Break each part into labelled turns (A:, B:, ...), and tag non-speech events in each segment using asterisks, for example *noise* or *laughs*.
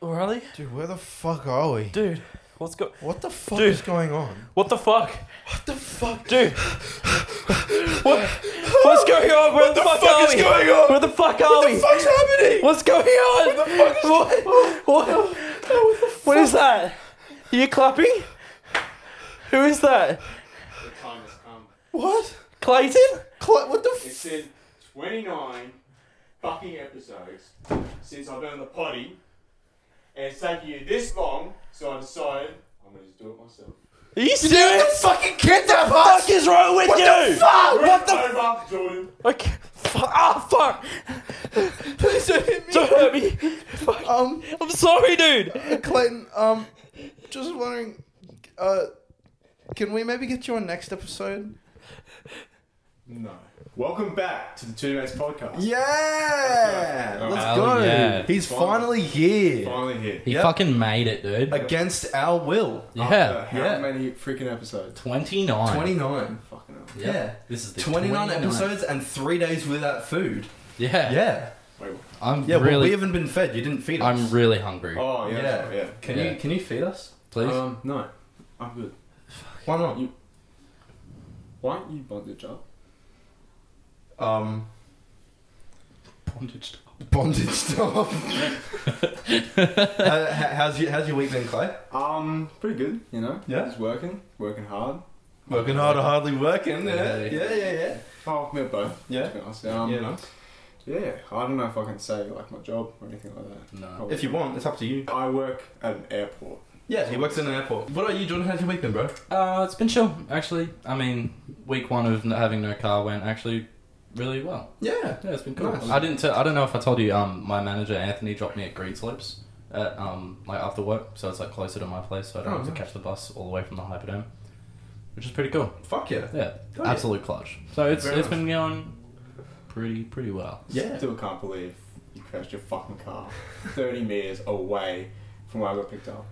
A: Dude, where the fuck are we?
B: Dude, what's go?
A: What the fuck
B: Dude.
A: is going on?
B: What the fuck,
A: What the fuck?
B: dude? what? What's going on? Where
A: What
B: the,
A: the
B: fuck,
A: fuck
B: are
A: is
B: we?
A: going on?
B: Where the fuck are
A: What
B: we?
A: the fuck's happening?
B: What's going on?
A: What the fuck is-
B: what? What? what is that? Are you clapping? Who is that?
C: The time has come.
A: What?
B: Clayton?
A: Cla- what the
C: It's
A: f-
C: been 29 fucking episodes since I've been on the potty, and it's taken you this long, so I decided I'm gonna just do it myself.
B: Are you
A: Dude, the
B: serious?
A: fucking kidnap
B: What the
A: us!
B: fuck is wrong with
A: What
B: you?
A: the fuck?
B: What the? F-
C: Over, Jordan.
B: okay. Fuck. Ah, fuck.
A: Please don't hit me.
B: Don't hurt me. Fuck.
A: Um,
B: I'm sorry, dude.
A: Clayton, um, just wondering, uh, can we maybe get you on next episode?
C: No. Welcome back to the Two Mates Podcast.
A: Yeah!
C: Let's
A: Let's
D: Hell
A: go!
D: yeah.
A: He's finally here!
C: Finally here.
D: He
A: Yep.
D: fucking made it, dude.
A: Against our will.
D: yeah.
C: How
A: yeah.
C: many freaking episodes?
D: 29.
A: 29.
C: Fucking hell.
D: Yep.
A: yeah.
D: This is the
A: 29 episodes and three days without food.
D: Yeah.
A: Yeah.
C: Wait, what?
D: I'm
A: Yeah, but we
D: really
A: haven't been fed. You didn't feed us.
D: I'm really hungry.
C: Oh, yeah.
A: Yeah.
C: Yeah. yeah.
A: Can
D: Yeah.
A: you can you feed us?
D: Please.
C: Um, no. I'm good.
A: Why not?
C: Why aren't you bondage up?
A: Um,
D: Bondage.
A: bondage *laughs* stuff. How- how- how's your How's your week been, Clay?
C: Um, pretty good, you know?
A: Yeah.
C: Just working, working hard.
A: Working hard, or hardly working. Yeah,
D: Yeah.
A: yeah, yeah, yeah.
C: Oh, we both.
A: Yeah.
C: To be honest. Um,
A: Yeah, nice.
C: Yeah, I don't know if I can say like my job or anything like that.
D: No.
C: Probably.
A: If you want, it's up to you.
C: I work at an airport.
A: Yeah, he works in an airport. What about you, Jordan? How's your week been, bro?
D: Uh, it's been chill, actually. I mean, week one of n- having no car went actually really well.
A: Yeah.
D: Yeah, it's been cool.
A: Nice.
D: I didn't. T- I don't know if I told you. Um, my manager Anthony dropped me at Green Slopes at um like after work, so it's like closer to my place, so I don't
A: Oh,
D: have to
A: nice.
D: catch the bus all the way from the Hyperdome, which is pretty cool.
A: Fuck yeah.
D: Yeah,
A: Oh, yeah.
D: absolute clutch. So it's
A: Very
D: it's been going pretty pretty well.
A: Yeah.
C: Still can't believe you crashed your fucking car
A: *laughs*
C: 30 meters away from where I got picked up.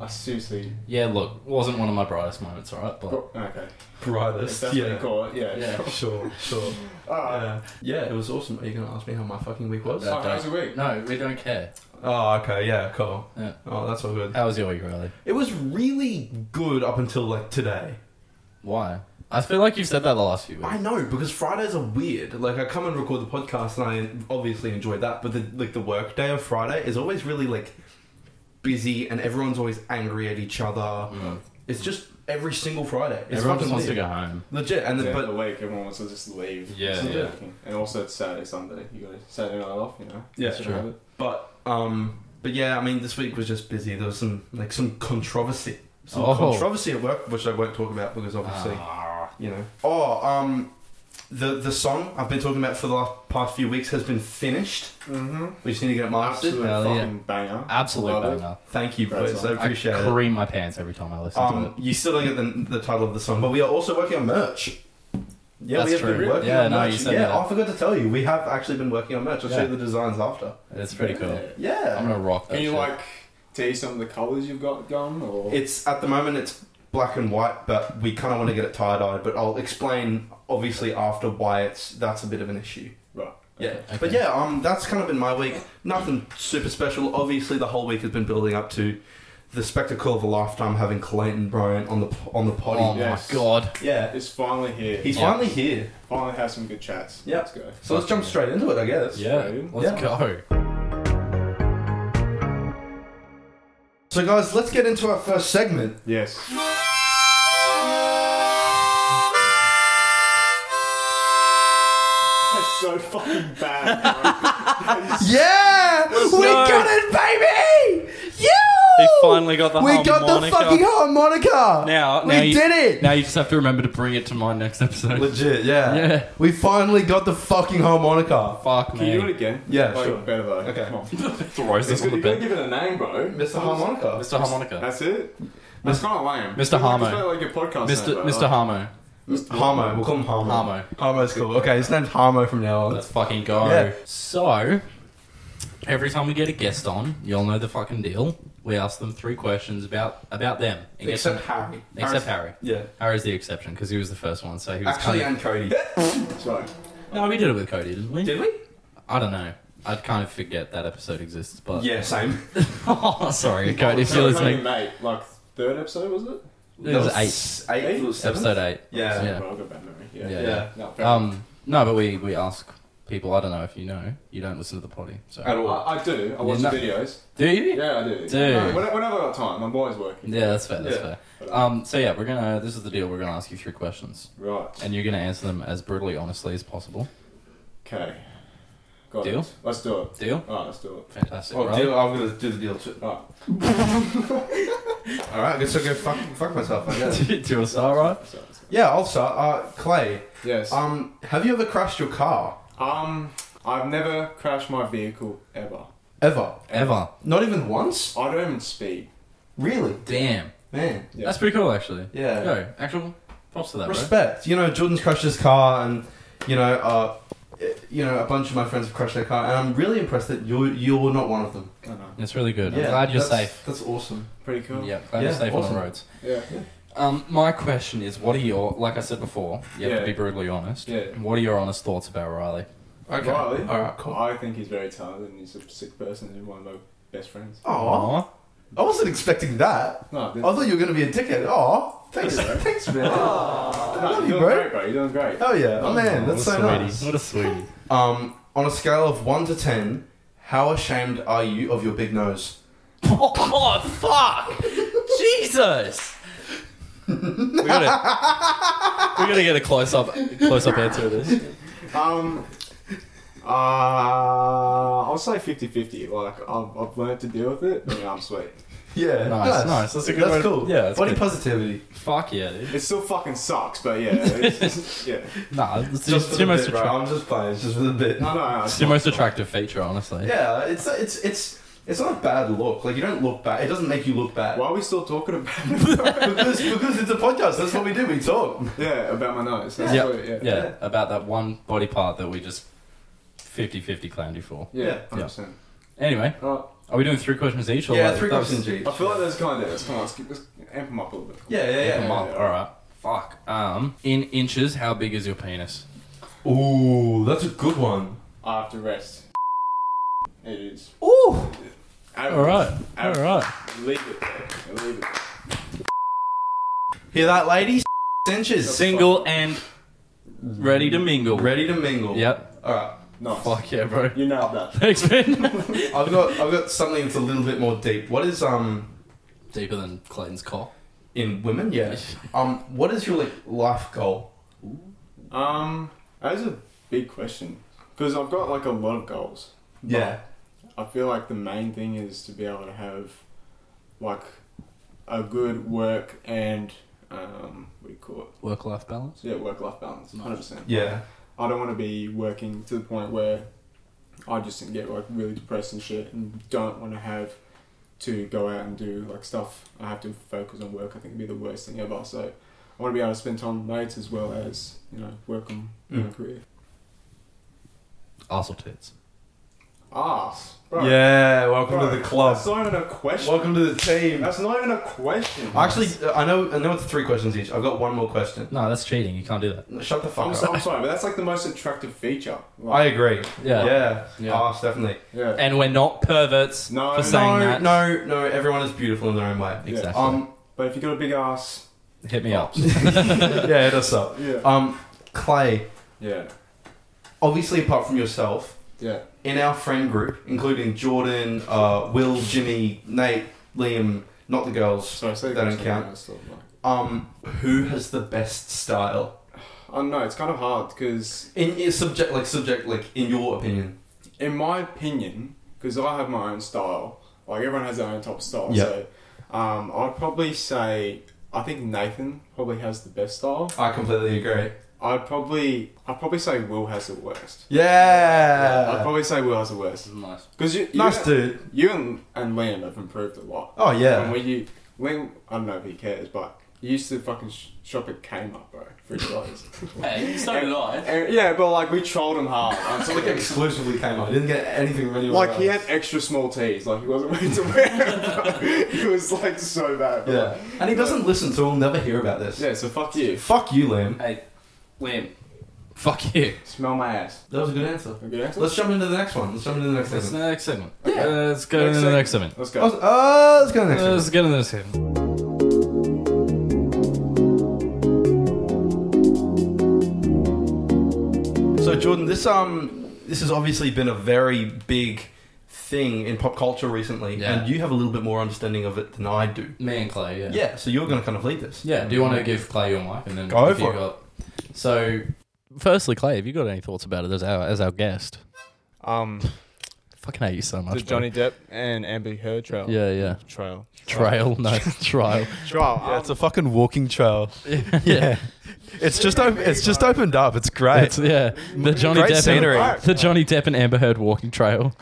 C: I seriously.
D: Yeah, look, wasn't one of my brightest moments, alright, but
C: Okay. If
A: Brightest.
C: that's what you
A: Yeah.
C: call it, yeah. *laughs*
D: Yeah.
A: Sure. *laughs* Sure.
C: Alright.
A: Yeah. Yeah. It was awesome. Are you gonna ask me how my fucking week was?
D: Yeah.
C: Oh, how's your week?
D: no, we don't care.
A: Oh, okay. Yeah. Cool.
D: Yeah.
A: Oh, that's all good.
D: How was your week, really?
A: It was really good up until like today.
D: Why? I feel like you've said that the last few weeks.
A: I know because Fridays are weird. Like I come and record the podcast, and I obviously enjoy that. But the like the work day of Friday is always really like busy, and everyone's always angry at each other. It's just every single Friday. It's
D: Mm. Everyone
A: fucking
D: just wants to
A: weird.
D: go home.
A: Legit, and
C: And
A: then,
C: then,
A: but
C: the week, everyone wants to just leave.
D: Yeah,
C: Just
D: yeah.
C: working. And also, it's Saturday, Sunday. You got Saturday night off, you know?
A: Yeah,
C: Just
D: true.
C: have it.
A: but um, but yeah, I mean, this week was just busy. There was some like some controversy, some
D: Oh.
A: controversy at work, which I won't talk about because obviously.
D: Ah.
A: you know. Oh, um, the the song I've been talking about for the last, past few weeks has been finished.
C: Mm-hmm.
A: We just need to get it mastered.
C: Absolute
D: Hell,
C: fucking
D: yeah.
C: banger.
D: Absolute
C: Love it.
D: banger.
A: Thank you,
C: Great
A: boys. I
C: song.
A: appreciate
D: I
A: it.
D: cream my pants every time I listen to
A: Um,
D: it.
A: you still don't get the, the title of the song, but we are also working on merch. Yeah, we
D: That's
A: have been
D: true.
A: working
D: Yeah,
A: on
D: no,
A: merch.
D: you said
A: yeah,
D: that.
A: I forgot to tell you, we have actually been working on merch. I'll show
D: Yeah.
A: you the designs after. Um,
D: It's pretty cool.
C: Yeah.
A: Yeah,
D: I'm gonna rock that
C: Can you
D: shit.
C: like tease some of the colours you've got going, or
A: It's at the moment it's black and white, but we kind of want to get it tie dyed. But I'll explain obviously after why it's that's a bit of an issue.
C: right?
A: Yeah,
C: okay.
A: but
D: Okay.
A: yeah, um, that's kind of been my week. Nothing super special. Obviously, the whole week has been building up to the spectacle of a lifetime having Clayton Bryant on the on the potty.
D: Oh
C: yes.
D: my god.
A: Yeah,
C: It's finally here.
A: he's
D: Yeah.
A: finally here.
C: finally have some good chats.
A: Yeah.
C: Let's go.
A: So let's jump straight into it, I guess.
D: Yeah. Let's
A: Yeah.
D: go.
A: So guys, let's get into our first segment.
C: Yes. That's so fucking bad.
A: Yeah, we
B: go.
A: got it, baby. Yeah,
B: He finally got the
A: we got the
B: harmonica.
A: fucking harmonica.
D: Now,
A: we
D: now you,
A: did it.
D: Now you just have to remember to bring it to my next episode.
A: Legit, yeah.
D: Yeah.
A: We finally got the fucking harmonica.
D: Fuck
C: Can you do
D: me.
C: it again?
A: Yeah,
C: Like,
A: sure.
C: Better though.
A: Okay.
C: Come on.
D: Throws this
C: You're
D: on the
C: gonna
D: bed.
C: give it a name, bro.
A: Mr. Harmonica.
D: Mr. Harmonica.
C: That's it. That's kind of lame.
D: Mr.
C: You
D: Harmo.
C: just play, like your podcast. name,
D: Mr.
C: bro.
D: Mr. Harmo.
A: Harmo. We'll call him Harmo.
D: Harmo.
A: Harmo's cool. Okay, his name's Harmo from now on.
D: Oh, Let's fucking go.
A: Yeah.
D: So, every time we get a guest on, y'all know the fucking deal. We ask them three questions about about them. And get some-
A: Harry.
D: except Harry.
A: Yeah.
D: Harry's the exception because he was the first one, so he was
A: Actually,
D: kind
A: and Cody.
C: Sorry.
D: of- no, we *laughs* did it with Cody, didn't we?
A: Did we?
D: I don't know. I'd kind of forget that episode exists, but
A: Yeah, same.
D: *laughs* oh, sorry, Cody, if
C: Sorry,
D: you're
C: Cody,
D: listening,
C: mate, like third episode was it?
D: it was eight,
A: Eight?
C: Eight?
A: Seven?
D: episode eight.
A: Yeah.
D: Yeah.
C: Well, I've got bad memory. Yeah.
D: Yeah.
A: Yeah.
C: No, fair enough.
D: Um, no, but we we ask people. I don't know if you know. You don't listen to the potty,
A: At
D: so
A: all.
C: I, I do. I watch
D: Yeah,
C: the
D: no-
C: videos.
D: do you?
C: Yeah, I do.
D: *laughs* Dude.
C: No, when- whenever I've got time, I'm always working.
D: Yeah, that's fair. That's
A: Yeah.
D: fair. Um, so yeah, we're gonna. This is the deal. We're gonna ask you three questions,
C: Right.
D: and you're gonna answer them as brutally honestly as possible.
C: Okay. Got
D: Deal?
C: it. Let's do it.
D: Deal?
C: Alright, let's do it.
D: Fantastic.
A: Oh,
D: right?
A: deal, I'm gonna do the deal too.
C: Alright.
A: All right, I guess I'll go fuck, fuck myself.
D: *laughs*
A: I guess.
D: do you want to start, right?
C: So, so-
A: yeah. Also, uh, Clay,
C: Yes. Um,
A: um, have you ever crashed your car
C: I've never crashed my vehicle ever.
A: ever?
D: Ever?
A: Not even once.
C: I don't even speed.
A: Really,
D: Damn.
A: man.
C: Yeah.
D: That's pretty cool, actually.
A: Yeah.
D: Yo, actual props to that, bro.
A: Respect. You know, Jordan's crashed his car, and you know, uh, you know, a bunch of my friends have crashed their car, and I'm really impressed that you're you're not one of them.
C: I know.
D: It's really good. I'm glad you're
A: that's-
D: safe.
A: That's awesome.
C: Pretty cool.
D: Yeah, glad you're
A: Yeah,
D: safe on
A: awesome.
D: the roads.
C: Yeah.
D: Um, my question is, what are your, like I said before, you have
C: Yeah.
D: to be brutally honest.
C: Yeah.
D: What are your honest thoughts about Riley?
A: Okay.
C: Riley?
A: All right. Cool.
C: I think he's very talented and he's a sick person and one of my best friends.
A: Oh,
D: Aw.
A: I wasn't expecting that.
C: No,
A: I
C: this-
A: thought you were gonna be a dickhead. Oh, thanks,
C: Yeah.
A: thanks, man.
C: no,
A: love you,
C: you're doing
A: bro.
C: great, bro. You're doing great.
A: Oh yeah, oh, man,
D: Aw,
A: that's so
D: what a sweetie.
A: nice.
D: What a sweetie.
A: Um, on a scale of one to ten, how ashamed are you of your big nose?
B: Oh, fuck! Jesus!
D: we, gotta, we gotta get a close up, close up answer
A: *laughs*
D: to this.
C: Um, uh, I'll say 50-50. Like, I've, I've learned to deal with it and I'm sweet.
A: Yeah,
D: Nice, nice. That's a good way to-
A: cool.
D: yeah, that's
A: body
D: good.
A: positivity.
D: Fuck yeah, dude.
C: It still fucking sucks, but yeah. It's,
D: *laughs*
C: yeah.
D: Nah, it's
A: Just
D: just
A: for
D: too
A: the
D: most
A: bit, bro.
D: attractive.
A: I'm just playing. It's just for the bit.
C: No, no, no.
D: It's the most attractive feature, honestly.
A: Yeah, it's it's it's it's not a bad look. Like you don't look bad. It doesn't make you look bad.
C: Why are we still talking about
D: *laughs*
C: it?
A: because because it's a podcast. That's what we do. We talk.
C: yeah, about my nose. That's
D: Yeah.
C: what- yeah.
D: yeah, about that one body part that we just 50-50 clowned you for.
C: Yeah,
D: Yeah.
C: 100%.
D: Anyway,
C: Alright.
D: are we doing three questions each? Or
A: yeah,
D: like-
A: three
D: that was-
A: questions each.
C: I feel like there's kind of, let's, come on, let's, keep- let's amp them up a little bit.
A: Yeah, yeah,
D: Yeah,
A: yeah.
D: come on. All right. Fuck. Um, in inches, how big is your penis?
A: Ooh, that's a good one.
C: I have to rest. It is.
B: Ooh!
C: All
D: All right. All
C: Out.
D: right.
C: Leave it there. Leave it there.
A: Hear that, *laughs* ladies? Inches.
D: Single and ready to mingle.
A: Ready to mingle.
D: Yep.
A: All right.
C: Nice.
D: Fuck yeah, bro.
C: You nailed that.
D: Thanks, man.
A: I've got I've got something that's a little bit more deep. What is um
D: Deeper than Clayton's cock.
A: in women? *laughs* Yeah. Um, what is your like life goal?
C: Um, that is a big question. Because I've got like a lot of goals.
A: Yeah.
C: I feel like the main thing is to be able to have like a good work and um, what do you call it?
D: Work-life balance.
C: So yeah, work-life balance, hundred percent.
A: Yeah.
C: I don't want to be working to the point where I just get like really depressed and shit, and don't want to have to go out and do like stuff. I have to focus on work. I think it'd be the worst thing ever. So I want to be able to spend time with mates as well as you know work on my
A: Mm.
C: career.
D: Arsehole tits.
C: Ass, bro.
A: Yeah. Welcome
C: Bro, Ah, That's not even a question.
A: Welcome to the team.
C: That's not even a question.
A: Actually, I know I know it's three questions each. I've got one more question.
D: No, that's cheating. You can't do that.
A: Shut the
C: I'm,
A: fuck
C: so-
A: up.
C: I'm sorry, but that's like the most attractive feature.
A: I
C: Like,
A: agree.
D: Yeah.
A: Yeah.
D: Yeah.
A: Ah, definitely.
C: yeah.
D: And we're not perverts
C: No,
D: for
C: no,
D: saying
A: No,
D: that.
A: no, no. Everyone is beautiful in their own way.
D: Exactly.
A: Um. *laughs*
C: Oh, but if you got a big ass,
D: Hit me up.
A: yeah. It does suck.
C: yeah,
A: Um. Clay.
C: yeah,
A: Obviously, apart from yourself,
C: yeah,
A: in our friend group, including Jordan, uh, Will, Jimmy, Nate, Liam, not the girls,
C: so I say
A: That don't
C: something
A: count.
C: else, sort of like-
A: um, who has the best style?
C: I don't know. It's kind of hard because,
A: In, in subject, like subject, like in your opinion.
C: in my opinion, because I have my own style. Like everyone has their own top style.
A: Yeah.
C: So, um, I'd probably say I think Nathan probably has the best style.
A: I completely agree.
C: I'd probably I'd probably say Will has the worst. I'd
A: Yeah.
C: probably say Will has the worst
D: *laughs* This is nice.
C: because you, you
A: Uh. Nice dude.
C: you and, and Liam have improved a lot.
A: Oh
C: And
A: yeah.
C: when you, when, I don't know if he cares, but you used to fucking sh- shop at Kmart, bro, for clothes.
D: Hey, so did I.
C: And- yeah, but like we trolled him hard. Like, so,
A: Like
C: like,
A: exclusively Kmart. I didn't get anything really.
C: like, he had extra small tees, like he wasn't *laughs* meant to wear them. it was like so bad. but,
A: Yeah.
C: like,
A: And he doesn't listen, so we'll never hear about this.
C: yeah, so fuck you.
A: Fuck you, Liam.
D: Hey, Liam. Fuck you.
E: Smell my ass.
A: That was a good answer.
E: A good answer?
A: Let's jump into the next one. Let's jump into the next
D: That's
A: segment.
D: the next segment.
A: Yeah.
D: Uh, let's go
E: Next
D: to the
E: segment.
D: next segment.
E: Let's
A: Oh,
E: go.
A: uh, let's go to the next
D: Uh,
A: one.
D: let's go to the next segment.
A: So Jordan, this um this has obviously been a very big thing in pop culture recently,
D: Yeah.
A: and you have a little bit more understanding of it than I do.
D: Me and Clay, yeah.
A: Yeah, so you're going to kind of lead this.
D: Yeah, do you want to give Clay your mic and then
A: Go
D: if
A: for
D: you
A: it.
D: got- So, firstly, Clay, have you got any thoughts about it as our as our guest?
C: Um,
D: Fucking hate you so much.
C: the
D: bro.
C: Johnny Depp and Amber Heard trial.
D: Yeah, yeah.
C: Trial.
D: Trail,
C: *laughs*
D: no trial.
C: Trial.
B: Yeah, it's a fucking walking trail.
D: *laughs* yeah,
B: It's just op- it's just opened up. It's great.
D: it's, yeah. The Johnny
B: Great
D: Depp
B: scenery.
D: And, the Johnny Depp and Amber Heard walking trail.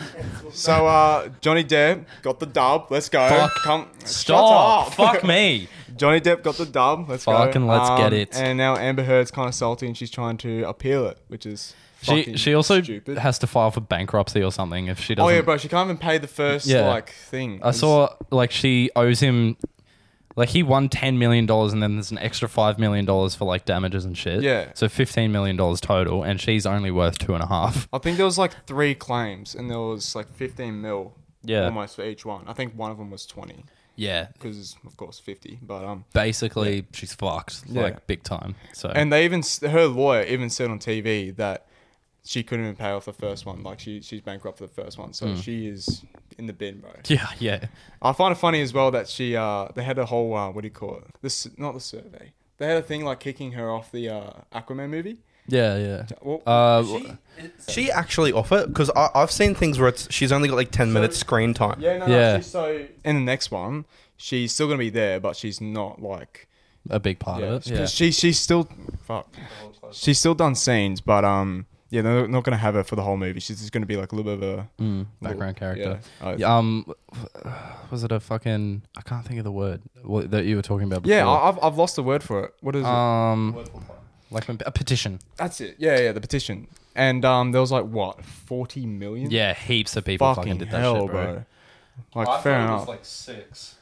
C: So uh, Johnny Depp got the dub. Let's go.
D: Fuck.
C: Come.
D: Stop.
C: Shut up.
D: Fuck
C: *laughs*
D: me.
C: Johnny Depp got the dub. Let's go. Um,
D: Fucking let's get it.
C: And now Amber Heard's kind of salty, and she's trying to appeal it, which is
D: She
C: fucking
D: she also
C: stupid.
D: has to file for bankruptcy or something if she doesn't.
C: oh yeah, bro. She can't even pay the first
D: Yeah.
C: like thing.
D: I saw like she owes him like he won ten million dollars and then there's an extra five million dollars for like damages and shit.
C: Yeah.
D: So fifteen million dollars total and she's only worth two and a half.
C: I think there was like three claims, and there was like 15 mil.
D: Yeah.
C: Almost for each one. I think one of them was 20
D: Yeah.
C: because of course 50. But um,
D: Basically she's fucked.
C: Yeah.
D: Like big time. So
C: and they even s- her lawyer even said on TV that she couldn't even pay off the first one. Like she she's bankrupt for the first one,
D: Mm.
C: so she is in the bin, bro.
D: Yeah, yeah.
C: I find it funny as well that she uh they had a whole uh, what do you call it? This not the survey. They had a thing like kicking her off the uh, Aquaman movie.
D: Yeah, yeah.
C: Well,
D: Uh,
A: She actually offer because I've seen things where it's she's only got like ten minutes screen time.
C: yeah, no,
D: yeah.
C: no, she's so in the next one, she's still gonna be there, but she's not like
D: a big part
C: yeah,
D: of it. Yeah.
C: she she's still fuck. She's still done scenes, but um. Yeah, they're not gonna have her for the whole movie. She's just gonna be like a little bit of a
D: Mm, background character.
C: Yeah, Oh, I-
D: Yeah, Um, was it a fucking? I can't think of the word what, that you were talking about. Before.
C: yeah I, I've, I've lost the word for it. What is it?
D: Um, like a petition.
C: That's it. Yeah, yeah, the petition. And um, there was like what forty million.
D: Yeah, heaps of people
C: fucking,
D: fucking, did that
C: hell,
D: shit, bro.
C: bro. Like fair enough.
A: like six.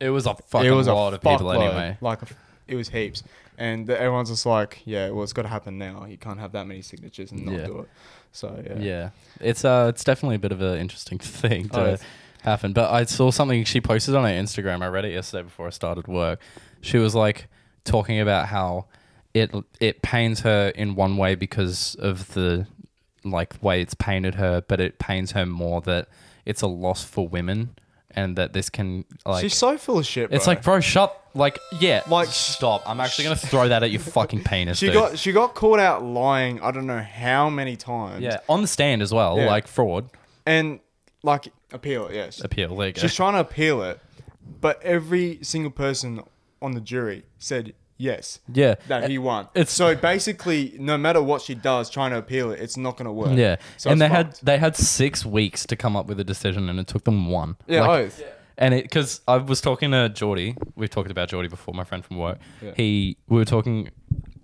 D: It was a fucking
C: it was
D: lot
C: a
D: of people
C: fuckload,
D: anyway.
C: Like a f- it was heaps, and the- everyone's just like, yeah, well, it's got to happen now. You can't have that many signatures and not
D: Yeah.
C: do it. So yeah.
D: Yeah. it's uh, it's definitely a bit of an interesting *laughs* thing
C: Oh,
D: to
C: it's-
D: happen. But I saw something she posted on her Instagram. I read it yesterday before I started work. She was like talking about how it it pains her in one way because of the like way it's painted her, but it pains her more that it's a loss for women and that this can like
C: She's so full of shit. Bro.
D: It's like, bro, shut. Like, yeah, like,
C: Like-
D: stop. I'm actually gonna throw that at your fucking
C: *laughs*
D: penis.
C: she
D: dude.
C: got she got called out lying. I don't know how many times.
D: yeah on the stand as well,
C: Yeah.
D: like fraud
C: And like appeal. Yes.
D: appeal. There you go.
C: She's trying to appeal it, but every single person on the jury said yes.
D: yeah, Uh,
C: that he won.
D: it's-
C: so basically, no matter what she does, trying to appeal it, it's not going to work.
D: yeah.
C: so it's
D: and they had
C: fucked.
D: they had six weeks to come up with a decision, and it took them one.
C: yeah,
D: Like,
C: oath.
D: And it because I was talking to Geordie. We've talked about Geordie before, my friend from work.
C: Yeah.
D: He we were talking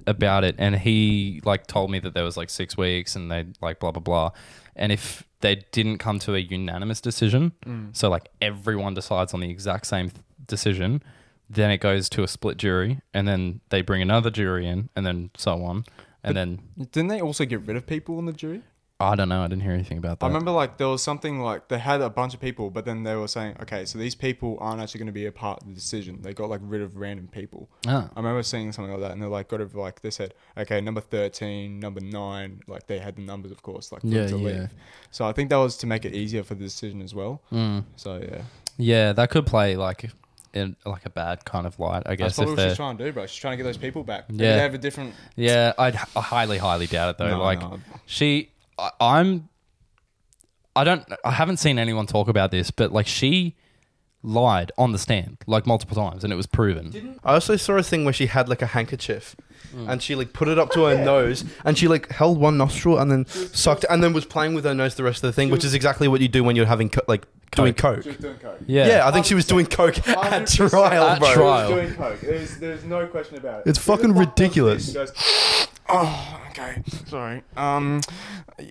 D: about it, and he like told me that there was like six weeks, and they like blah blah blah, and if they didn't come to a unanimous decision,
C: Mm.
D: so like everyone decides on the exact same th- decision. Then it goes to a split jury, and then they bring another jury in, and then so on, and then
C: Didn't they also get rid of people on the jury?
D: I don't know. I didn't hear anything about that.
C: I remember like there was something like they had a bunch of people, but then they were saying, okay, so these people aren't actually going to be a part of the decision. They got like rid of random people.
D: Ah.
C: I remember seeing something like that, and they're like got rid of like they said, okay, number thirteen, number nine, like they had the numbers, of course, like for them
D: Yeah,
C: to
D: yeah.
C: leave. So I think that was to make it easier for the decision as well.
D: Mm.
C: So yeah,
D: Yeah, that could play like in like a bad kind of light, I
C: that's
D: guess.
C: probably
D: If
C: what she's
D: they're,
C: trying to do, bro. She's trying to get those people back.
D: Yeah.
C: Yeah, they have a different
D: yeah, I'd, I highly, highly doubt it though.
C: No,
D: like
C: no.
D: she, I, I'm, I don't, I haven't seen anyone talk about this, but like she lied on the stand like multiple times, and it was proven.
A: I also saw a thing where she had like a handkerchief,
D: Mm.
A: and she like put it up to her nose, and she like held one nostril and then sucked, and then was playing with her nose the rest of the thing, which is exactly what you do when you're having co- like doing coke.
E: Just doing coke.
D: yeah,
A: Yeah, I think she was doing
D: *laughs*
A: coke at
C: 100%
A: trial,
D: at
A: bro.
D: trial.
E: Just doing coke. There's, there's no question about it.
A: It's fucking
E: Who the fuck does
A: ridiculous.
E: this and goes,
C: *sighs* oh, okay, sorry. Um,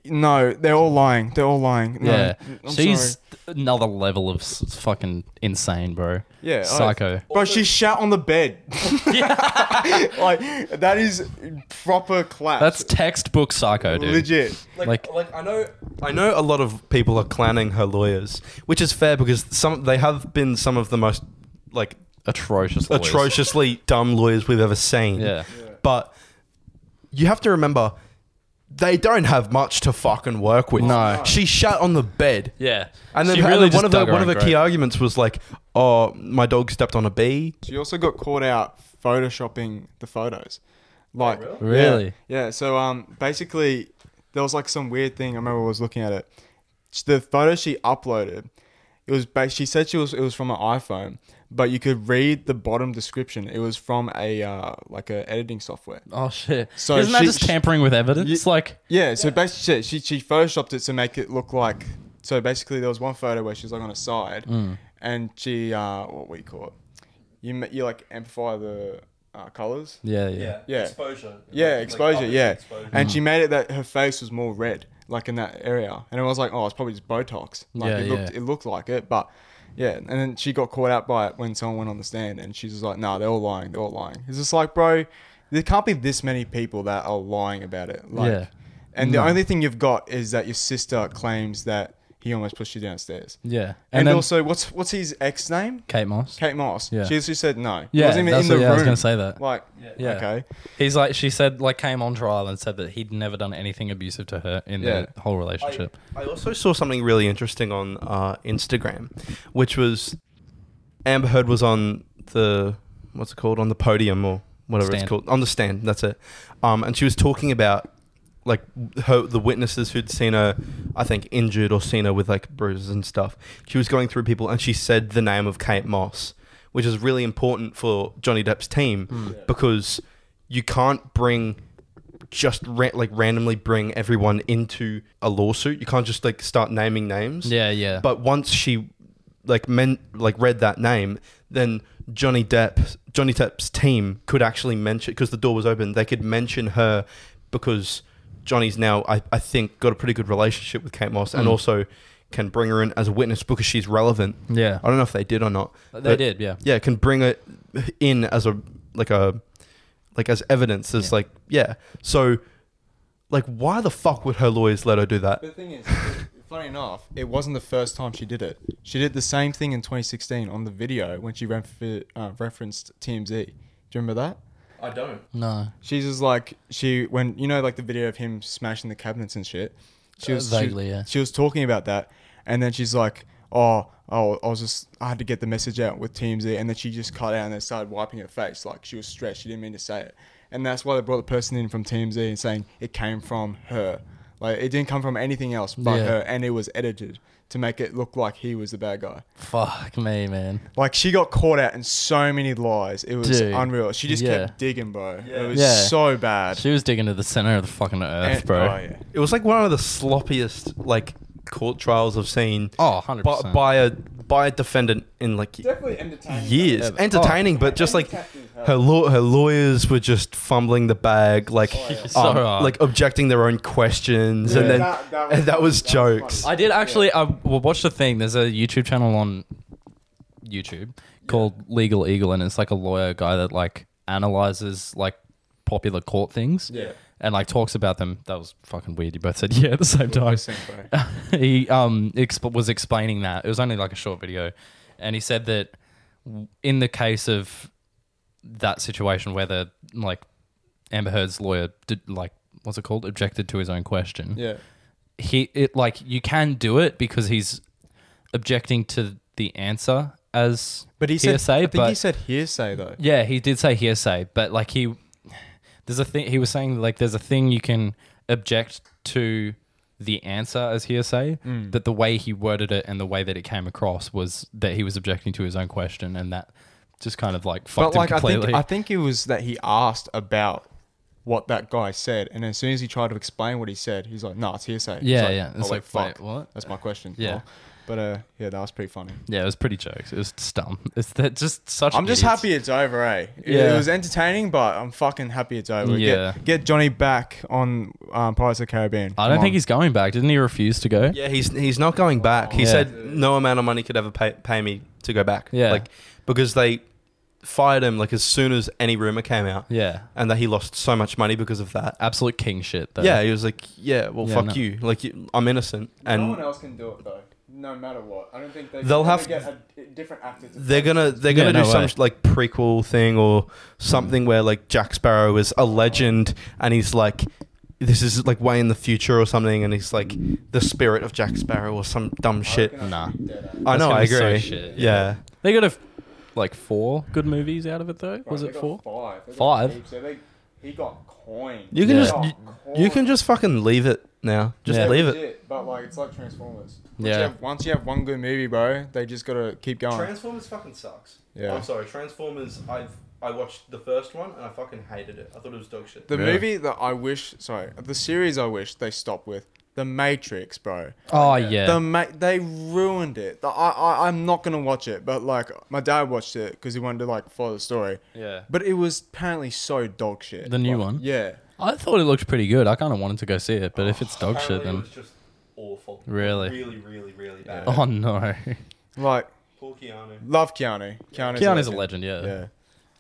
C: no, they're all lying. They're all lying. No,
D: yeah,
C: I'm
D: she's
C: sorry.
D: another level of s- fucking insane, bro.
C: Yeah, I-
D: psycho.
C: Bro, she shat on the bed.
E: *laughs*
C: *laughs* like that is proper clap.
D: That's textbook psycho, dude.
C: legit.
A: Like,
D: Like-
A: like, I know, I know a lot of people are clowning her lawyers, which is fair because some they have been some of the most like
D: Atrocious. lawyers.
A: atrociously dumb lawyers we've ever seen.
D: Yeah.
A: but you have to remember. They don't have much to fucking work with.
D: No.
A: She shat on the bed.
D: Yeah,
A: And then,
D: She
A: and
D: really
A: then
D: just
A: one of her,
D: dug her
A: one of
D: own
A: her key
D: grave.
A: arguments was like, "Oh, my dog stepped on a bee."
C: She also got caught out photoshopping the photos.
E: Oh,
C: Like
D: Really?
C: Yeah. yeah, So um, basically, there was like some weird thing. I remember I was looking at it. Sh- The photo she uploaded, it was ba- she said she was it was from an iPhone, but you could read the bottom description. It was from a uh, like a editing software.
D: Oh shit!
C: So
D: isn't that
C: she-
D: just tampering with evidence? like,
C: Yeah, so basically she, she photoshopped it to make it look like. So basically, there was one photo where she's like on a side,
D: Mm.
C: and she uh, what we call it, you ma- you like amplify the uh, colors.
D: yeah, yeah,
C: Yeah.
A: exposure.
C: Yeah, exposure. yeah, and she made it that her face was more red, like in that area, and it was like, oh, it's probably just Botox. Like
D: Yeah,
C: it looked,
D: yeah.
C: it looked like it, but yeah. And then she got caught out by it when someone went on the stand, and she's just like, nah, they're all lying. They're all lying. It's just like, bro, there can't be this many people that are lying about it. Like,
D: Yeah. Mm.
C: And the only thing you've got is that your sister claims that he almost pushed you downstairs.
D: yeah.
C: And,
D: And, then
C: also, what's what's his ex name?
D: Kate Moss.
C: Kate Moss.
D: Yeah.
C: She literally said no. He
D: Yeah,
C: wasn't even
D: that's
C: in the
D: what- yeah,
C: room.
D: I was gonna say that.
C: Like,
D: Yeah.
C: okay.
D: He's like, she said, like, came on trial and said that he'd never done anything abusive to her in
C: Yeah.
D: the whole
A: I,
D: relationship.
A: I also saw something really interesting on uh, Instagram, which was Amber Heard was on the what's it called on the podium or whatever
D: Stand.
A: it's called on the stand. That's it. Um, and she was talking about like her the witnesses who'd seen her, I think injured or seen her with like bruises and stuff. She was going through people and she said the name of Kate Moss, which is really important for Johnny Depp's team because you can't bring just ra- like randomly bring everyone into a lawsuit. You can't just like start naming names.
D: yeah, yeah.
A: But once she like men like read that name, then Johnny Depp Johnny Depp's team could actually mention because the door was open. They could mention her because Johnny's now I, I think got a pretty good relationship with Kate Moss and
D: Mm.
A: also can bring her in as a witness because she's relevant.
D: yeah,
A: I don't know if they did or not.
D: they did. Yeah,
A: Yeah, can bring it in as a like a like as evidence as
D: Yeah.
A: like yeah. So like why the fuck would her lawyers let her do that?
C: But the thing is, funny enough, it wasn't the first time she did it. She did the same thing in 2016 on the video when she refer- uh, referenced TMZ. Do you remember that?
A: I don't.
D: no,
C: She's just like she when you know like the video of him smashing the cabinets and shit. She
D: Uh,
C: was
D: vaguely,
C: she,
D: yeah.
C: She was talking about that, and then she's like, "Oh, oh, I was just I had to get the message out with TMZ," and then she just cut out and then started wiping her face like she was stressed. She didn't mean to say it, and that's why they brought the person in from TMZ and saying it came from her. Like it didn't come from anything else but
D: Yeah.
C: her, and it was edited to make it look like he was the bad guy.
D: fuck me, man.
C: Like she got caught out in so many lies, it was
D: Dude,
C: unreal. She just
D: yeah.
C: kept digging, bro. It was
D: Yeah.
C: so bad.
D: She was digging to the center of the fucking earth,
C: And-
D: bro.
C: oh, yeah.
A: It was like one of the sloppiest like court trials I've seen.
D: Oh, 100%.
A: by, by a by a defendant in like
C: Definitely entertaining.
A: years. Entertaining, but just like her law- her lawyers were just fumbling the bag, like
D: So
A: um,
D: hard.
A: like objecting their own questions,
C: Yeah.
A: and then
C: That- that was
A: and that was
C: funny. That was
A: jokes.
D: I did actually. I well, watched a thing. There's a YouTube channel on YouTube called Legal Eagle, and it's like a lawyer guy that like analyzes like popular court things. *laughs*
C: Yeah.
D: And like talks about them. That was fucking weird. You both said *laughs* yeah at the same time.
C: Sync, bro.
D: *laughs* he um exp- was explaining that it was only like a short video, and he said that w- in the case of that situation, whether like Amber Heard's lawyer did like what's it called objected to his own question,
C: Yeah.
D: he it like you can do it because he's objecting to the answer as
C: But he said,
D: hearsay,
C: I think
D: but
C: he said hearsay though.
D: yeah, he did say hearsay, but like he, there's a thing he was saying like there's a thing you can object to the answer as hearsay.
C: Mm.
D: That the way he worded it and the way that it came across was that he was objecting to his own question, and that just kind of like fucked
C: But like
D: him
C: I
D: completely.
C: think I think it was that he asked about what that guy said, and as soon as he tried to explain what he said, he's like, "No, nah, it's hearsay." It's
D: *laughs* Yeah,
C: like,
D: yeah. It's
C: oh, wait,
D: like, wait,
C: fuck.
D: what?
C: That's my question.
D: Yeah.
C: Oh. But uh, yeah, that was pretty funny.
D: Yeah, it was pretty jokes. It was dumb. *laughs* It's that just such.
C: I'm just
D: idiots.
C: happy it's over, eh? It,
D: Yeah.
C: it was entertaining, but I'm fucking happy it's over. Get-
D: Yeah.
C: Get, Johnny back on um, Pirates of the Caribbean.
D: I
C: Come
D: don't
C: on.
D: think he's going back. Didn't he refuse to go?
A: Yeah, he's he's not going back. He
D: Yeah.
A: said no amount of money could ever pay, pay me to go back.
D: Yeah.
A: like because they fired him like as soon as any rumor came out,
D: Yeah.
A: and that he lost so much money because of that.
D: Absolute king shit. Though.
A: Yeah, he was like, yeah, well,
D: Yeah,
A: fuck
D: no.
A: you. Like you, I'm innocent,
E: no
A: and
E: one else can do it though. No matter what, I don't think they.
A: They'll
E: they'll
A: have-
E: get a different actor. To
A: they're gonna they're
D: Yeah,
A: gonna do
D: no
A: some
D: way.
A: like prequel thing or something where like Jack Sparrow is a legend and he's like this is like way in the future or something and he's like the spirit of Jack Sparrow or some dumb shit.
D: Nah.
A: I know, I
D: That's gonna be so
A: agree.
D: shit,
A: yeah.
D: They got a, f- like four good movies out of it though. Was it four?
E: Five. They got
D: Five?
E: heaps. So they, he got coin.
A: You can
D: Yeah.
A: just you, you can just fucking leave it now. Just
D: Yeah.
A: leave it.
E: But like it's like Transformers.
C: Once you
D: Yeah.
C: have- once you have one good movie, bro, they just gotta keep going.
A: Transformers fucking sucks.
C: Yeah.
A: I'm sorry, Transformers. I've I watched the first one and I fucking hated it. I thought it was dog shit.
C: the
B: Yeah.
C: movie that I wish, sorry, the series I wish they stopped with, The Matrix, bro.
D: Oh yeah.
C: The ma- they ruined it. The- I, I I'm not gonna watch it, but like my dad watched it because he wanted to like follow the story.
D: yeah.
C: But it was apparently so dog shit.
D: The new
C: Like,
D: one?
C: Yeah.
D: I thought it looked pretty good. I kind of wanted to go see it, but if it's dog shit, then
A: just awful.
D: Really?
A: Really, really, really bad.
D: oh no. *laughs*
C: Like
A: Poor Keanu.
C: love Keanu. Keanu's,
D: Keanu's a legend. Yeah.
C: Yeah.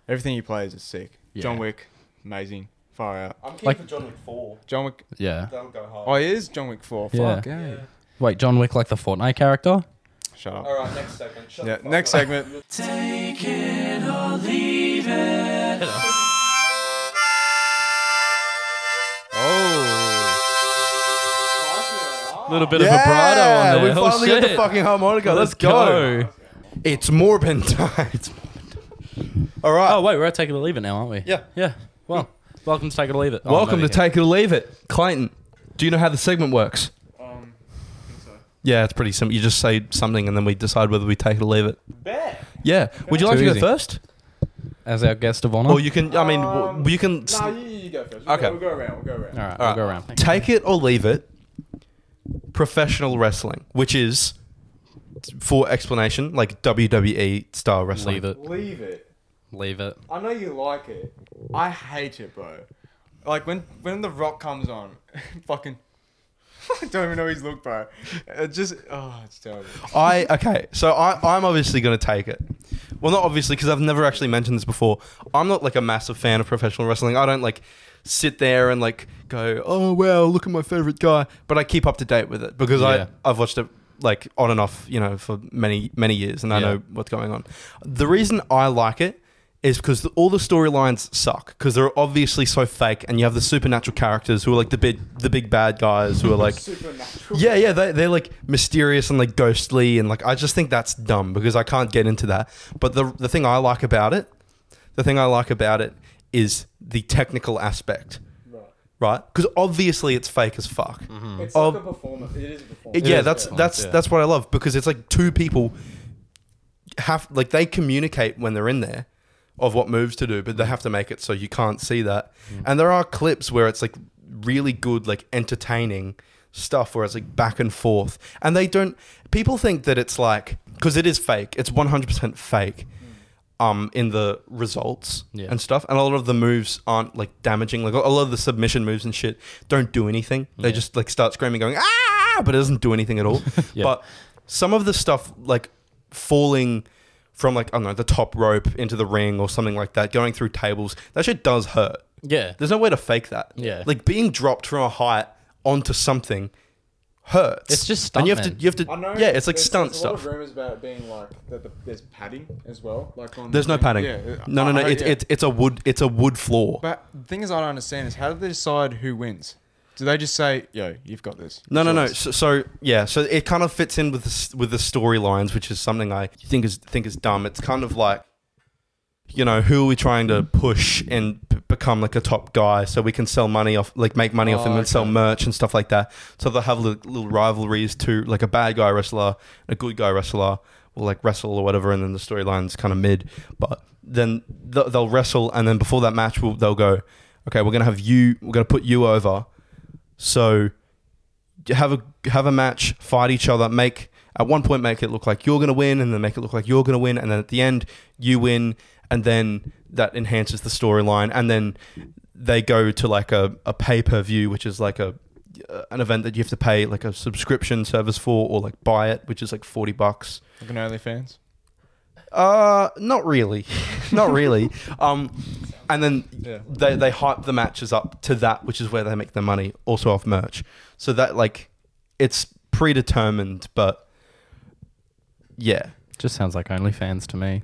C: Everything he plays is sick.
D: Yeah.
C: John Wick, amazing. Far out.
A: I'm keen
D: Like-
A: for John Wick 4.
C: John Wick.
D: Yeah.
A: That'll go hard.
C: Oh, he is John Wick four.
D: Yeah.
C: Fuck yeah.
D: Wait, John Wick like the Fortnite character?
C: Shut up.
A: Alright, next segment. Shut
C: Yeah.
A: the fuck
C: Next
A: up.
C: segment.
D: Oh. Little bit
A: Yeah,
D: of vibrato on there.
A: We finally
D: oh, shit.
A: got the fucking harmonica. Let's, go. It's Morbin *laughs* time. It's Alright.
D: Oh wait, we're at Take It or Leave It now, aren't we?
A: Yeah.
D: Yeah. Well, welcome to Take It or Leave It. Oh,
A: Welcome
D: I'm
A: to
D: over here.
A: Take It or Leave It. Clayton, do you know how the segment works?
E: Um, I think so.
A: Yeah, it's pretty simple. You just say something and then we decide whether we take it or leave it.
E: Bet.
A: Yeah. Would you
D: Too
A: like to
D: easy.
A: go first?
D: as our guest of honor.
A: Or Oh, you can, I mean, w-
E: Um,
A: you can. s-
E: Nah, you, you go first. We'll
A: Okay.
E: Go, we'll go around. We'll go around.
D: All right,
A: All
D: I'll
A: right.
D: go around.
A: Take it or leave it. Professional wrestling, which is, for explanation, like WWE style wrestling.
D: Leave it.
E: Leave it.
D: Leave it.
E: I know you like it.
C: I hate it, bro. Like when when the Rock
E: *laughs*
C: comes on, fucking. I don't even know his look, bro. It just oh, it's terrible.
A: I okay, so I, I'm obviously going to take it. Well, not obviously because I've never actually mentioned this before. I'm not like a massive fan of professional wrestling. I don't like sit there and like go, oh wow, look at my favorite guy. But I keep up to date with it because I
D: Yeah.
A: I've watched it like on and off, you know, for many many years, and I
D: Yeah.
A: know what's going on. The reason I like it is because the, all the storylines suck because they're obviously so fake, and you have the supernatural characters who are like the big the big bad guys who are like
E: Supernatural.
A: yeah, yeah, they, they're like mysterious and like ghostly, and like I just think that's dumb because I can't get into that. But the the thing I like about it, the thing I like about it is the technical aspect,
E: Right.
A: right? Because obviously it's fake as fuck.
E: It's
A: Oh.
E: like a performance. It is a performance.
A: It- yeah,
D: is
A: that's
D: fake.
A: that's
D: Yeah.
A: that's what I love because it's like two people have like they communicate when they're in there of what moves to do, but they have to make it so you can't see that.
D: Mm.
A: And there are clips where it's like really good, like entertaining stuff where it's like back and forth, and they don't. People think that it's like because it is fake. It's one hundred percent fake. Um, in the results
D: Mm. Yeah.
A: and stuff, and a lot of the moves aren't like damaging. Like a lot of the submission moves and shit don't do anything. They
D: Yeah.
A: just like start screaming, going ah, but it doesn't do anything at all.
D: *laughs* Yeah.
A: But some of the stuff like falling from like I don't know the top rope into the ring or something like that, going through tables, that shit does hurt.
D: Yeah.
A: There's no way to fake that.
D: Yeah.
A: like being dropped from a height onto something hurts.
D: It's just
A: and you have to
D: stunt, man.
A: you have to
E: I know.
A: yeah, it's like
E: there's-
A: stunt
E: there's a lot
A: stuff.
E: Of rumors about it being like that. The, there's padding as well. Like on.
A: There's no padding.
C: Yeah, uh,
A: no, no, no.
C: I- I-
A: It's
C: yeah.
A: it's it's a wood it's a wood floor.
C: But the thing is, I don't understand is how do they decide who wins? Do they just say, "Yo, you've got this"?
A: No,
C: it's
A: no, no.
C: yours"?
A: So, so yeah, so it kind of fits in with the, s- with the storylines, which is something I think is think is dumb. It's kind of like, you know, who are we trying to push and b- become like a top guy, so we can sell money off, like make money off
C: Oh,
A: them and sell
C: okay.
A: merch and stuff like that. So they'll have little, little rivalries to like a bad guy wrestler, and a good guy wrestler will like wrestle or whatever, and then the storyline's kind of mid. But then th- they'll wrestle, and then before that match, will they'll go, okay, we're gonna have you, we're gonna put you over, so have a have a match, fight each other, make at one point make it look like you're going to win, and then make it look like you're going to win, and then at the end you win, and then that enhances the storyline, and then they go to like a, a pay per view, which is like a an event that you have to pay like a subscription service for, or like buy it, which is like forty bucks.
C: Like an OnlyFans.
A: Uh, not really, *laughs* not really. Um, and then
C: Yeah.
A: they they hype the matches up to that, which is where they make their money, also off merch. So that like, it's predetermined, but yeah,
D: Just sounds like OnlyFans to me.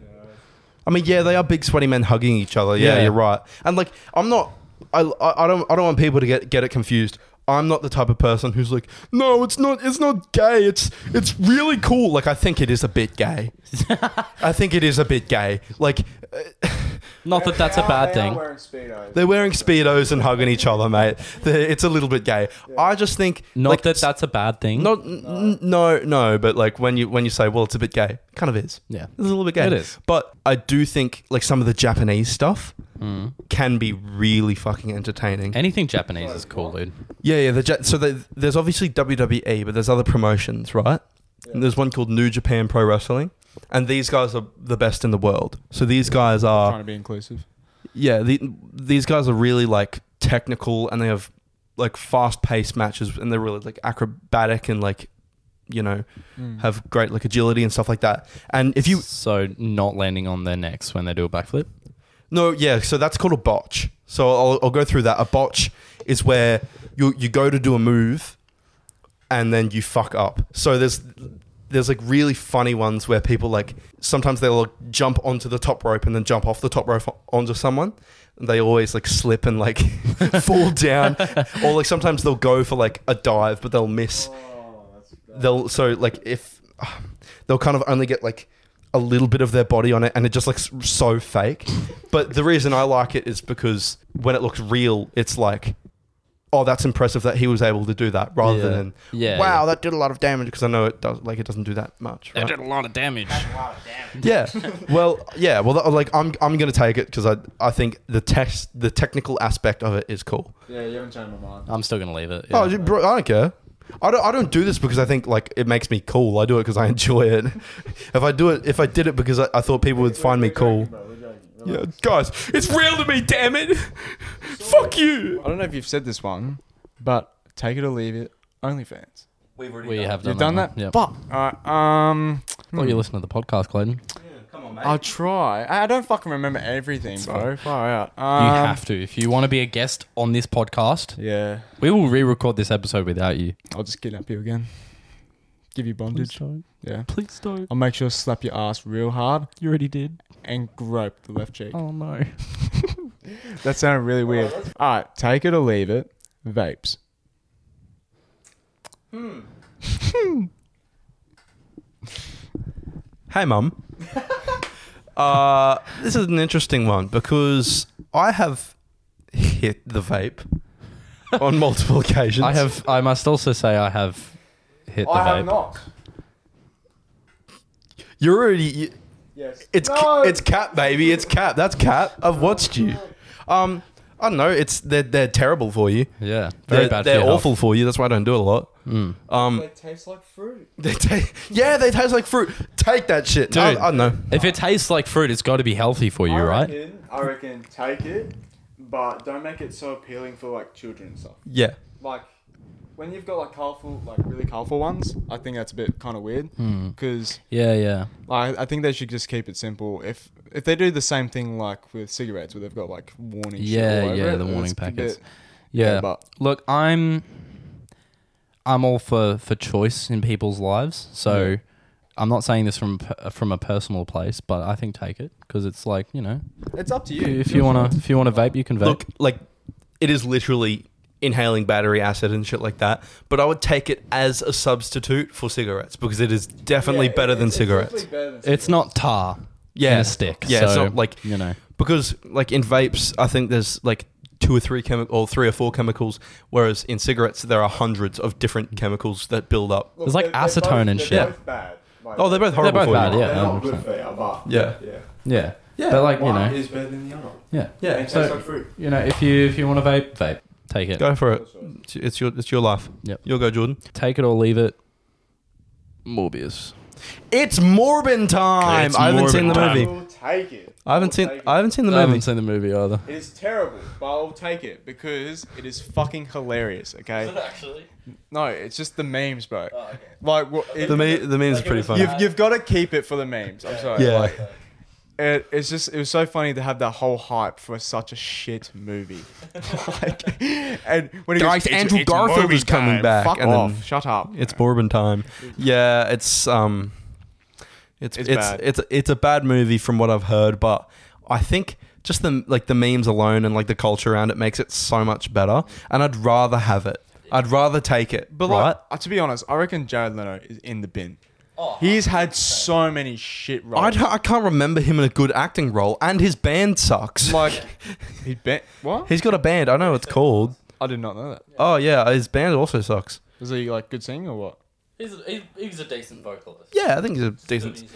A: I mean, yeah, they are big sweaty men hugging each other. Yeah,
D: Yeah.
A: you're right. And like, I'm not. I, I I don't I don't want people to get get it confused. I'm not the type of person who's like, no, it's not. It's not gay. It's it's really cool. Like, I think it is a bit
D: *laughs*
A: gay. I think it is a bit gay. Like,
D: Not that that's a bad thing.
A: they're wearing speedos and hugging each other, mate. They're, it's a little bit gay. I just think
D: Not
A: like,
D: that that's a bad thing.
A: Not n- no no, but like when you when you say, well, it's a bit gay, kind of is.
D: yeah.
A: It's a little bit gay.
D: It is.
A: But I do think like some of the Japanese stuff
D: Hmm.
A: can be really fucking entertaining.
D: Anything Japanese is cool, dude.
A: yeah, yeah. The ja- so the, there's obviously WWE, but there's other promotions, right? And there's one called New Japan Pro Wrestling, and these guys are the best in the world. So these guys
C: trying
A: are,
C: to be inclusive.
A: yeah, the, these guys are really like technical, and they have like fast-paced matches, and they're really like acrobatic and like, you know,
C: Mm.
A: have great like agility and stuff like that. And if you
D: so not landing on their necks when they do a backflip.
A: No, yeah. So that's called a botch. So I'll, I'll go through that. A botch is where you you go to do a move, and then you fuck up. So there's there's like really funny ones where people like sometimes they'll like, jump onto the top rope and then jump off the top rope onto someone. They always like slip and like *laughs* fall down, or like sometimes they'll go for like a dive but they'll miss they'll so like if they'll kind of only get like a little bit of their body on it and it just looks so fake but the reason i like it is because when it looks real it's like oh that's impressive that he was able to do that rather
D: Yeah.
A: than
D: Yeah,
A: wow
D: yeah.
A: that did a lot of damage because i know it does like it doesn't do that much
D: They
A: right?
D: did a lot of damage.
C: Oh,
A: *laughs* yeah well yeah well that- like i'm i'm gonna take it because i i think the test the technical aspect of it is cool
E: Yeah, you haven't changed my mind.
D: I'm still gonna leave it.
A: Oh, you- bro, I don't care. I don't, I don't do this because I think like it makes me cool. I do it because I enjoy it. *laughs* if I do it, if I did it because I, I thought people would find me cool. Yeah, guys, it's real to me. Damn it! Fuck you.
C: I don't know if you've said this one, but take it or leave it. OnlyFans.
A: We've already
D: we have done
C: You've done that.
D: Yeah.
C: Fuck. Alright, um,
D: Well, you listen to the podcast, Clayton.
A: Come on, mate.
C: I'll try. I I don't fucking remember everything, bro. Far out. Um,
D: you have to if you want to be a guest on this podcast.
C: Yeah,
D: We will re-record this episode without you.
C: I'll just kidnap you again. Give you bondage.
D: don't.
C: Yeah.
D: Please don't.
C: I'll make sure to slap your ass real hard
D: You already did.
C: and grope the left cheek.
D: Oh no.
C: That sounded really weird. All right, take it or leave it. Vapes.
A: Hey, *laughs* mum. uh, this is an interesting one because I have hit the vape on multiple occasions.
D: I have. I must also say I have hit the vape.
E: not.
A: You're already. You,
E: Yes.
A: It's it's cap, baby. It's cap. That's cap. I've watched you. Um, I don't know. It's they're they're terrible for you.
D: Yeah. Very
A: they're
D: bad. for
A: they're
D: your Mm.
A: awful for you. That's why I don't do it a lot. Um,
E: They taste like fruit.
A: *laughs* they ta- yeah, they taste like fruit. Take that shit. I,
D: Dude.
A: I don't know.
D: health. If it tastes like fruit, it's got to be healthy for you,
E: I
D: right?
E: Reckon, I reckon take it, but don't make it so appealing for like children and stuff.
A: Yeah,
E: Like when you've got like colourful, like
C: Really colourful ones. I think that's a bit kind of weird
D: Hmm.
C: because
D: Yeah. Yeah.
C: I, I think they should just keep it simple. If if they do the same thing like with cigarettes, where they've got like warning. shit
D: Yeah,
C: all over
D: yeah,
C: it,
D: the
C: it's
D: warning
C: a
D: packets.
C: bit-
D: Yeah.
C: Yeah, but-
D: look, I'm I'm all for for choice in people's lives. So I'm not saying this from per- from a personal place, but I think take it because it's like you know,
C: It's up to you.
D: if you wanna if you wanna vape, you can vape.
A: look, like it is literally inhaling battery acid and shit like that. But I would take it as a substitute for cigarettes because it is definitely
E: Yeah, it-
A: better than
E: it's
A: cigarettes.
E: definitely better than
D: it's not tar.
A: yeah,
D: in a stick.
A: Yeah, it's
D: so,
A: not like
D: you know.
A: because like in vapes i think there's like two or three chemi- or three or four chemicals whereas in cigarettes there are hundreds of different chemicals that build up
E: Look,
D: There's, like,
E: they're- they're
D: acetone
E: both-
D: and
E: they're
D: shit.
E: both bad. Like,
A: oh they're both horrible
D: both
A: for
D: bad,
A: you
D: yeah.
E: they're not
D: 100%.
E: good for you, but
A: Yeah.
E: yeah.
D: Yeah.
A: Yeah.
D: But like you
E: One
D: know,
E: is better than the other.
D: yeah,
E: They
A: yeah
E: taste
D: So-
E: like fruit.
D: you know, if you if you want to vape, vape, take it,
A: go for it it's your it's your life
D: Yep.
A: you'll go jordan
D: take it or leave it. Morbius.
A: It's Morbin time.
D: It's
A: I haven't seen
D: Morbin
A: the
D: time.
A: movie.
F: will take it.
A: I haven't seen.
F: I'll take
A: I haven't seen the
D: I haven't
A: movie.
D: seen the movie either.
F: It is terrible.
C: But I'll take it because it is fucking hilarious. Okay.
D: actually?
C: No, it's just the memes, bro.
D: okay.
C: Like what? it-
A: Oh, The me- the meme's
D: Like, it
A: pretty
D: was
A: funny.
C: You've you've got to keep it for the memes. I'm sorry.
A: Yeah.
C: Like, it, it's just it was so funny to have that whole hype for such a shit movie. *laughs* like, and when he
A: Guys,
C: goes, "It's-
A: Andrew
C: it's
A: Garfield
C: movie
A: is coming
C: time,
A: back,"
C: Fuck
A: and then-
C: off. Shut up.
A: It's Bourbon time. Yeah, it's um, it's
C: It's
A: it's it's,
C: bad.
A: it's a bad movie from what I've heard, but I think just the like the memes alone and like the culture around it makes it so much better. And I'd rather have it. I'd rather take it.
C: But
A: right? Oh,
C: like, uh, to be honest, I reckon Jared Leno is in the bin. He's had so many shit
A: I,
C: roles.
A: don't- I can't remember him in a good acting role, and his band sucks.
C: like he been
A: *laughs*
C: what?
A: he's got a band. I know what it's called.
C: I did not know that.
A: Oh yeah, his band also sucks.
C: Was he like good singer or what?
D: He's a, he's a decent vocalist.
A: Yeah, I think he's a decent.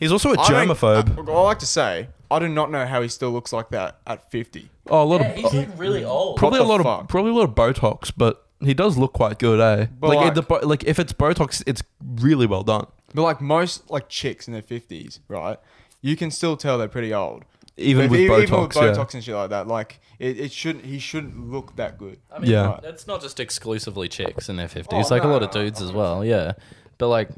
A: He's also a
C: I don't-
A: germaphobe.
C: I, I like to say, I do not know how he still looks like that at fifty.
A: Oh, a lot of
D: like really old.
A: probably a
C: What the
A: lot
C: fuck?
A: of probably a lot of Botox, but he does look quite good, eh?
C: But
A: like,
C: like-
A: the bo- like if it's Botox, it's really well done.
C: But like most like chicks in their fifties, right? You can still tell they're pretty old.
A: Even with
C: e-
A: Botox,
C: even with
A: yeah.
C: Botox and shit like that, like it, it shouldn't. He shouldn't look that good.
D: I mean,
A: Yeah.
D: that's not just exclusively chicks in their fifties.
C: Oh,
D: like a
C: no,
D: lot of
C: no,
D: dudes as well. Yeah, but like,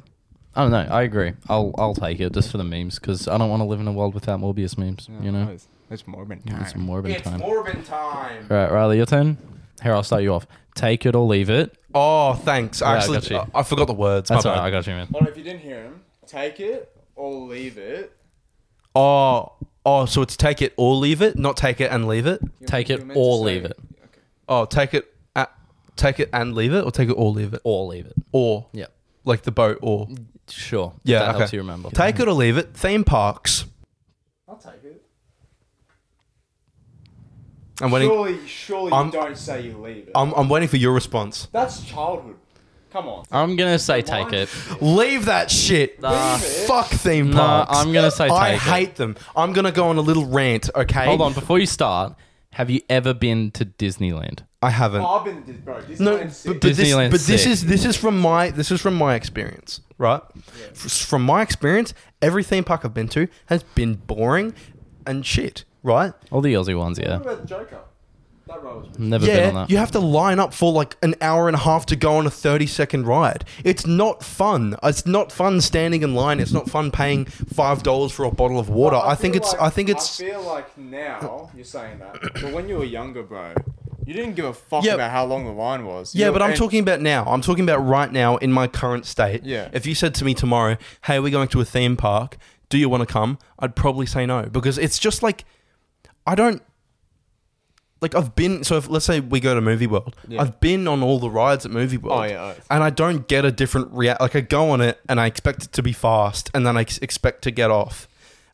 D: I don't know. I agree. I'll I'll take it just for the memes because I don't want to live in a world without Morbius memes. you know,
C: it's, it's morbid.
D: it's Mm. morbid time.
G: Morbin time.
D: All right, Riley, your turn. Here, I'll start you off. Take it or leave it.
A: Oh, thanks. I
D: Yeah, I
A: actually,
D: got you.
A: I, I forgot the words.
D: That's
A: my
D: all
A: bad.
D: right. I got you, man.
C: Well, if you didn't hear him, take it or leave it.
A: Oh, oh, so it's take it or leave it, not take it and leave it.
D: Take it
C: you meant
D: or
C: to say-
D: leave it.
A: Oh, take it, a take it and leave it, or take it or leave it,
D: Or leave it.
A: or
D: Yep.
A: like the boat, or
D: Sure. if
A: Yeah,
D: That
A: okay.
D: helps you remember.
A: take it or leave it. Theme parks.
C: I'll take it.
A: I'm waiting.
C: surely, surely
A: I'm-
C: you don't say you leave it.
A: I'm, I'm waiting for your response.
C: That's childhood. Come on.
D: Mm-hmm. I'm gonna say take it.
A: Leave that shit.
D: Nah.
A: Fuck theme
D: Nah,
A: parks.
D: I'm gonna say take
A: I
D: it.
A: hate them. I'm gonna go on a little rant. Okay.
D: Hold on, before you start, have you ever been to Disneyland?
A: I haven't.
C: Oh, I've been to this, bro. This
A: No,
C: man's
A: but,
C: sick.
A: but this,
D: Disneyland's
A: but this
D: sick.
A: is this is from my this is from my experience, right? F- From my experience, every theme park I've been to has been boring and shit, right?
D: All the Aussie ones, yeah.
C: What about the Joker? That role was
D: Never been
A: yeah,
D: on that.
A: you have to line up for like an hour and a half to go on a thirty second ride. It's not fun. It's not fun standing in line. It's not fun paying five dollars for a bottle of water. I,
C: Well,
A: think
C: feel
A: it's.
C: like-
A: I think it's.
C: I feel
A: *clears throat*
C: like now you're saying that, but when you were younger, bro, you didn't give a fuck
A: Yeah.
C: about how long the line was.
A: Yeah,
C: You-
A: but I'm
C: and-
A: talking about now. I'm talking about right now in my current state.
C: Yeah.
A: If you said to me tomorrow, "Hey, we're going to a theme park. Do you want to come?" I'd probably say no because it's just like I don't like I've been. So if, let's say we go to Movie World.
C: Yeah.
A: I've been on all the rides at Movie World.
C: Oh, yeah, oh.
A: And I don't get a different react. Like I go on it and I expect it to be fast, and then I ex- expect to get off.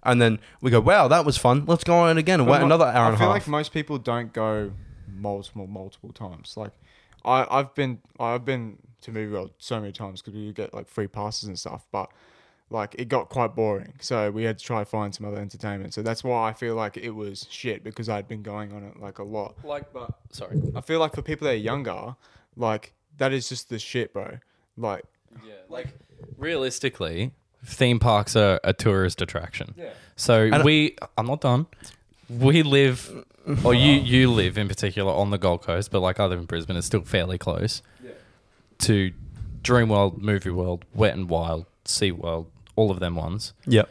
A: And then we go, wow, that was fun. Let's go on it again and wait
C: I'm not-
A: another hour and
C: I
A: a
C: feel
A: half.
C: like most people don't go multiple, multiple times. Like, I, I've been, I've been to Movie World so many times because we get like free passes and stuff, but like it got quite boring. So we had to try to find some other entertainment. So that's why I feel like it was shit because I'd been going on it like a lot.
D: Like, but sorry.
C: I feel like for people that are younger, like that is just the shit, bro. Like,
D: Yeah, like realistically, theme parks are a tourist attraction. Yeah. So we, I'm not done. We live, or you, you live in particular on the Gold Coast, but like I live in Brisbane, it's still fairly close. Yeah. To Dream World, Movie World, Wet and Wild, Sea World, all of them ones.
A: yep.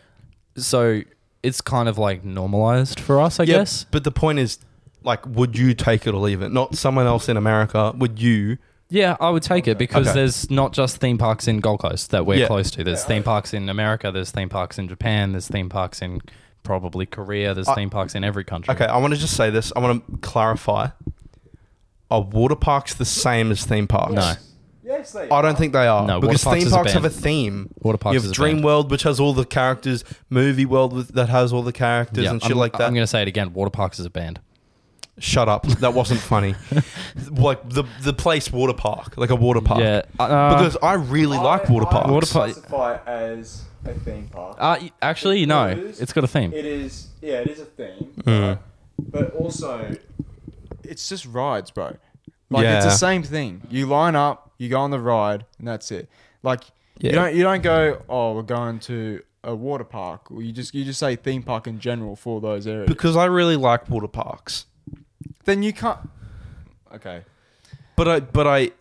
D: So it's kind of like normalized for us, I
A: Yeah,
D: guess.
A: But the point is, like, would you take it or leave it? Not someone else in America. Would you?
D: Yeah, I would take it because
A: Okay.
D: there's not just theme parks in Gold Coast that we're
A: Yeah.
D: close to. There's theme parks in America. There's theme parks in Japan. There's theme parks in probably Korea. There's theme parks in every country.
A: Okay, I want to just say this. I want to clarify. Are water parks the same as theme parks?
D: No.
C: yes, they
A: I don't think they are.
D: No, water
A: because
D: parks
A: theme
D: is a
A: parks have
D: band.
A: a theme.
D: Water parks
A: You
D: is
A: have
D: a
A: Dream
D: band.
A: World, which has all the characters. Movie World with, that has all the characters and shit
D: I'm,
A: like that.
D: I'm going to say it again. Water parks is a band.
A: Shut
D: *laughs*
A: up. That wasn't funny. like the the place water park, like a water park.
D: Yeah, uh,
A: because I really like water parks. Um,
D: Water park-
C: classify it as a theme park.
D: Uh, y- actually, no.
C: It is.
D: It's got a theme.
C: It is, yeah, it is a theme,
A: Mm.
C: but also it's just rides, bro. Like
A: Yeah.
C: it's the same thing. You line up, you go on the ride, and that's it. Like
D: Yeah.
C: You don't you don't go, oh, we're going to a water park. Or you just you just say theme park in general for those areas.
A: because I really like water parks.
C: then you can't Okay.
A: But I, but I,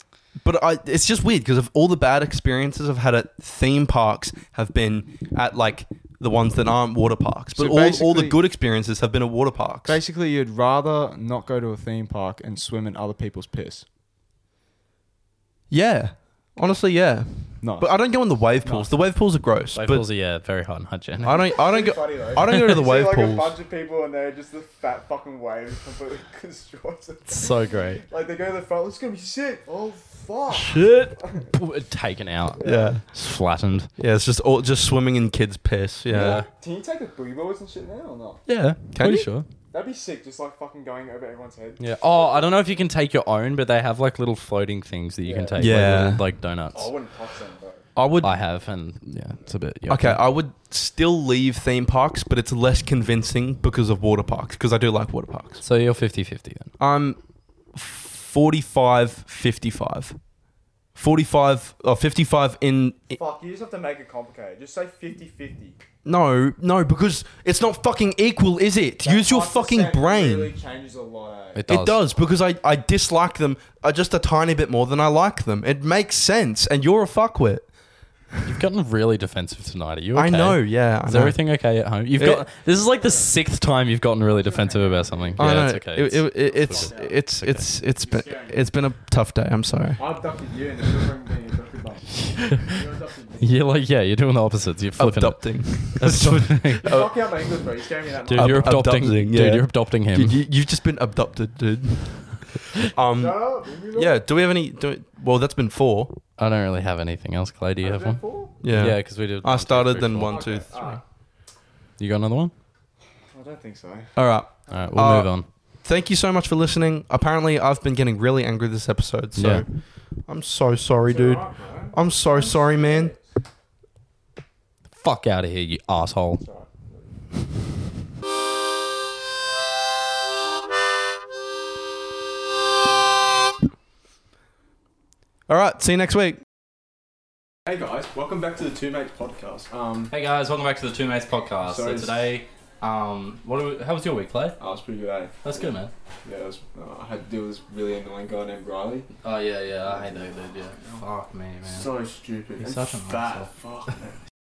A: but I. It's just weird because of all the bad experiences I've had at theme parks have been at like the ones that aren't water parks. But
C: So
A: all, all the
C: basically-
A: good experiences have been at water parks.
C: Basically you'd rather not go to a theme park and swim in other people's piss.
A: yeah, honestly, yeah.
C: No.
A: But I don't go in the wave pools. The wave pools are gross.
D: Wave
A: but
D: pools are yeah, very hot and hygienic.
A: I don't. I don't go.
C: Funny though.
A: I don't go
C: *laughs*
A: to the wave pools.
C: of people and they're just the fat fucking waves completely *laughs* destroys it.
D: *laughs* so great.
C: Like they go to the front, it's gonna be sick. Oh fuck.
D: Shit. Taken out.
A: yeah,
D: It's flattened.
A: yeah. It's just all just swimming in kids' piss. Yeah,
C: Can you take the boogie boards and shit now or not?
A: yeah. Can you?
D: sure.
C: That'd be sick, just like fucking going over everyone's head.
D: Yeah. Oh, I don't know if you can take your own, but they have like little floating things that you can
C: Yeah.
D: take.
A: Yeah.
D: Like, little, like donuts.
C: Oh, wouldn't touch them though.
A: I would.
D: I have, and yeah, it's a bit. yucky.
A: Okay, I would still leave theme parks, but it's less convincing because of water parks, because I do like water parks.
D: So you're 50 50 then.
A: I'm 45 55. 45 or 55 oh, in.
C: Fuck, you just have to make it complicated. Just say 50-50.
A: No, no, because it's not fucking equal, is it? Use your fucking brain.
C: Really changes a lot. eh?
D: It does.
A: It does because I, I dislike them uh, just a tiny bit more than I like them. It makes sense, and you're a fuckwit.
D: You've gotten really defensive tonight. Are you okay?
A: I know, yeah. I
D: Is
A: know.
D: everything okay at home? You've
A: It-
D: got this is like the sixth time you've gotten really defensive about something.
A: I
D: yeah,
A: know.
D: it's okay.
A: It- it- it- it's,
D: all
A: it's, it's, it's, it's been, it's been a tough day. I'm sorry.
H: I abducted you and you're bringing me abducted by.
A: *laughs*
H: You abducted me.
D: you're like yeah, you're doing the opposites. You're flipping it.
A: Adopting. *laughs*
D: That's-
H: You fucking out my English, bro. You scared me that
D: dude,
A: Ab-
D: you're adopting.
A: adopting, yeah.
D: Dude, you're adopting him.
A: Dude, you, you've just been abducted, dude. um, yeah. Do we have any? Do we, well, that's been four.
D: I don't really have anything else. Clay, do you have one?
A: Yeah.
D: Yeah, because we did.
A: I
D: one, two,
A: started,
D: three,
A: then
D: four.
A: one, two, three.
D: You got another one?
C: I don't think so.
A: All right.
D: All right, we'll
A: Uh,
D: move on.
A: Thank you so much for listening. Apparently, I've been getting really angry this episode, so
D: Yeah.
A: I'm so sorry, dude. I'm so sorry, man.
D: Fuck out of here, you asshole.
A: All right. See you next week.
H: Hey guys, welcome back to the Two Mates podcast. Um,
D: Hey guys, welcome back to the Two Mates podcast.
H: So
D: So,
H: it's-
D: today, um, what? Are we, how was your week, Clay?
H: I was pretty good. Eh?
D: That's good, man.
H: Yeah, it was, uh, I had to deal with this really annoying guy named Riley.
D: Oh yeah, yeah. I hate that dude. Yeah. Fuck me, man.
H: So stupid.
D: He's
H: and
D: such a
H: fat. Fuck. man.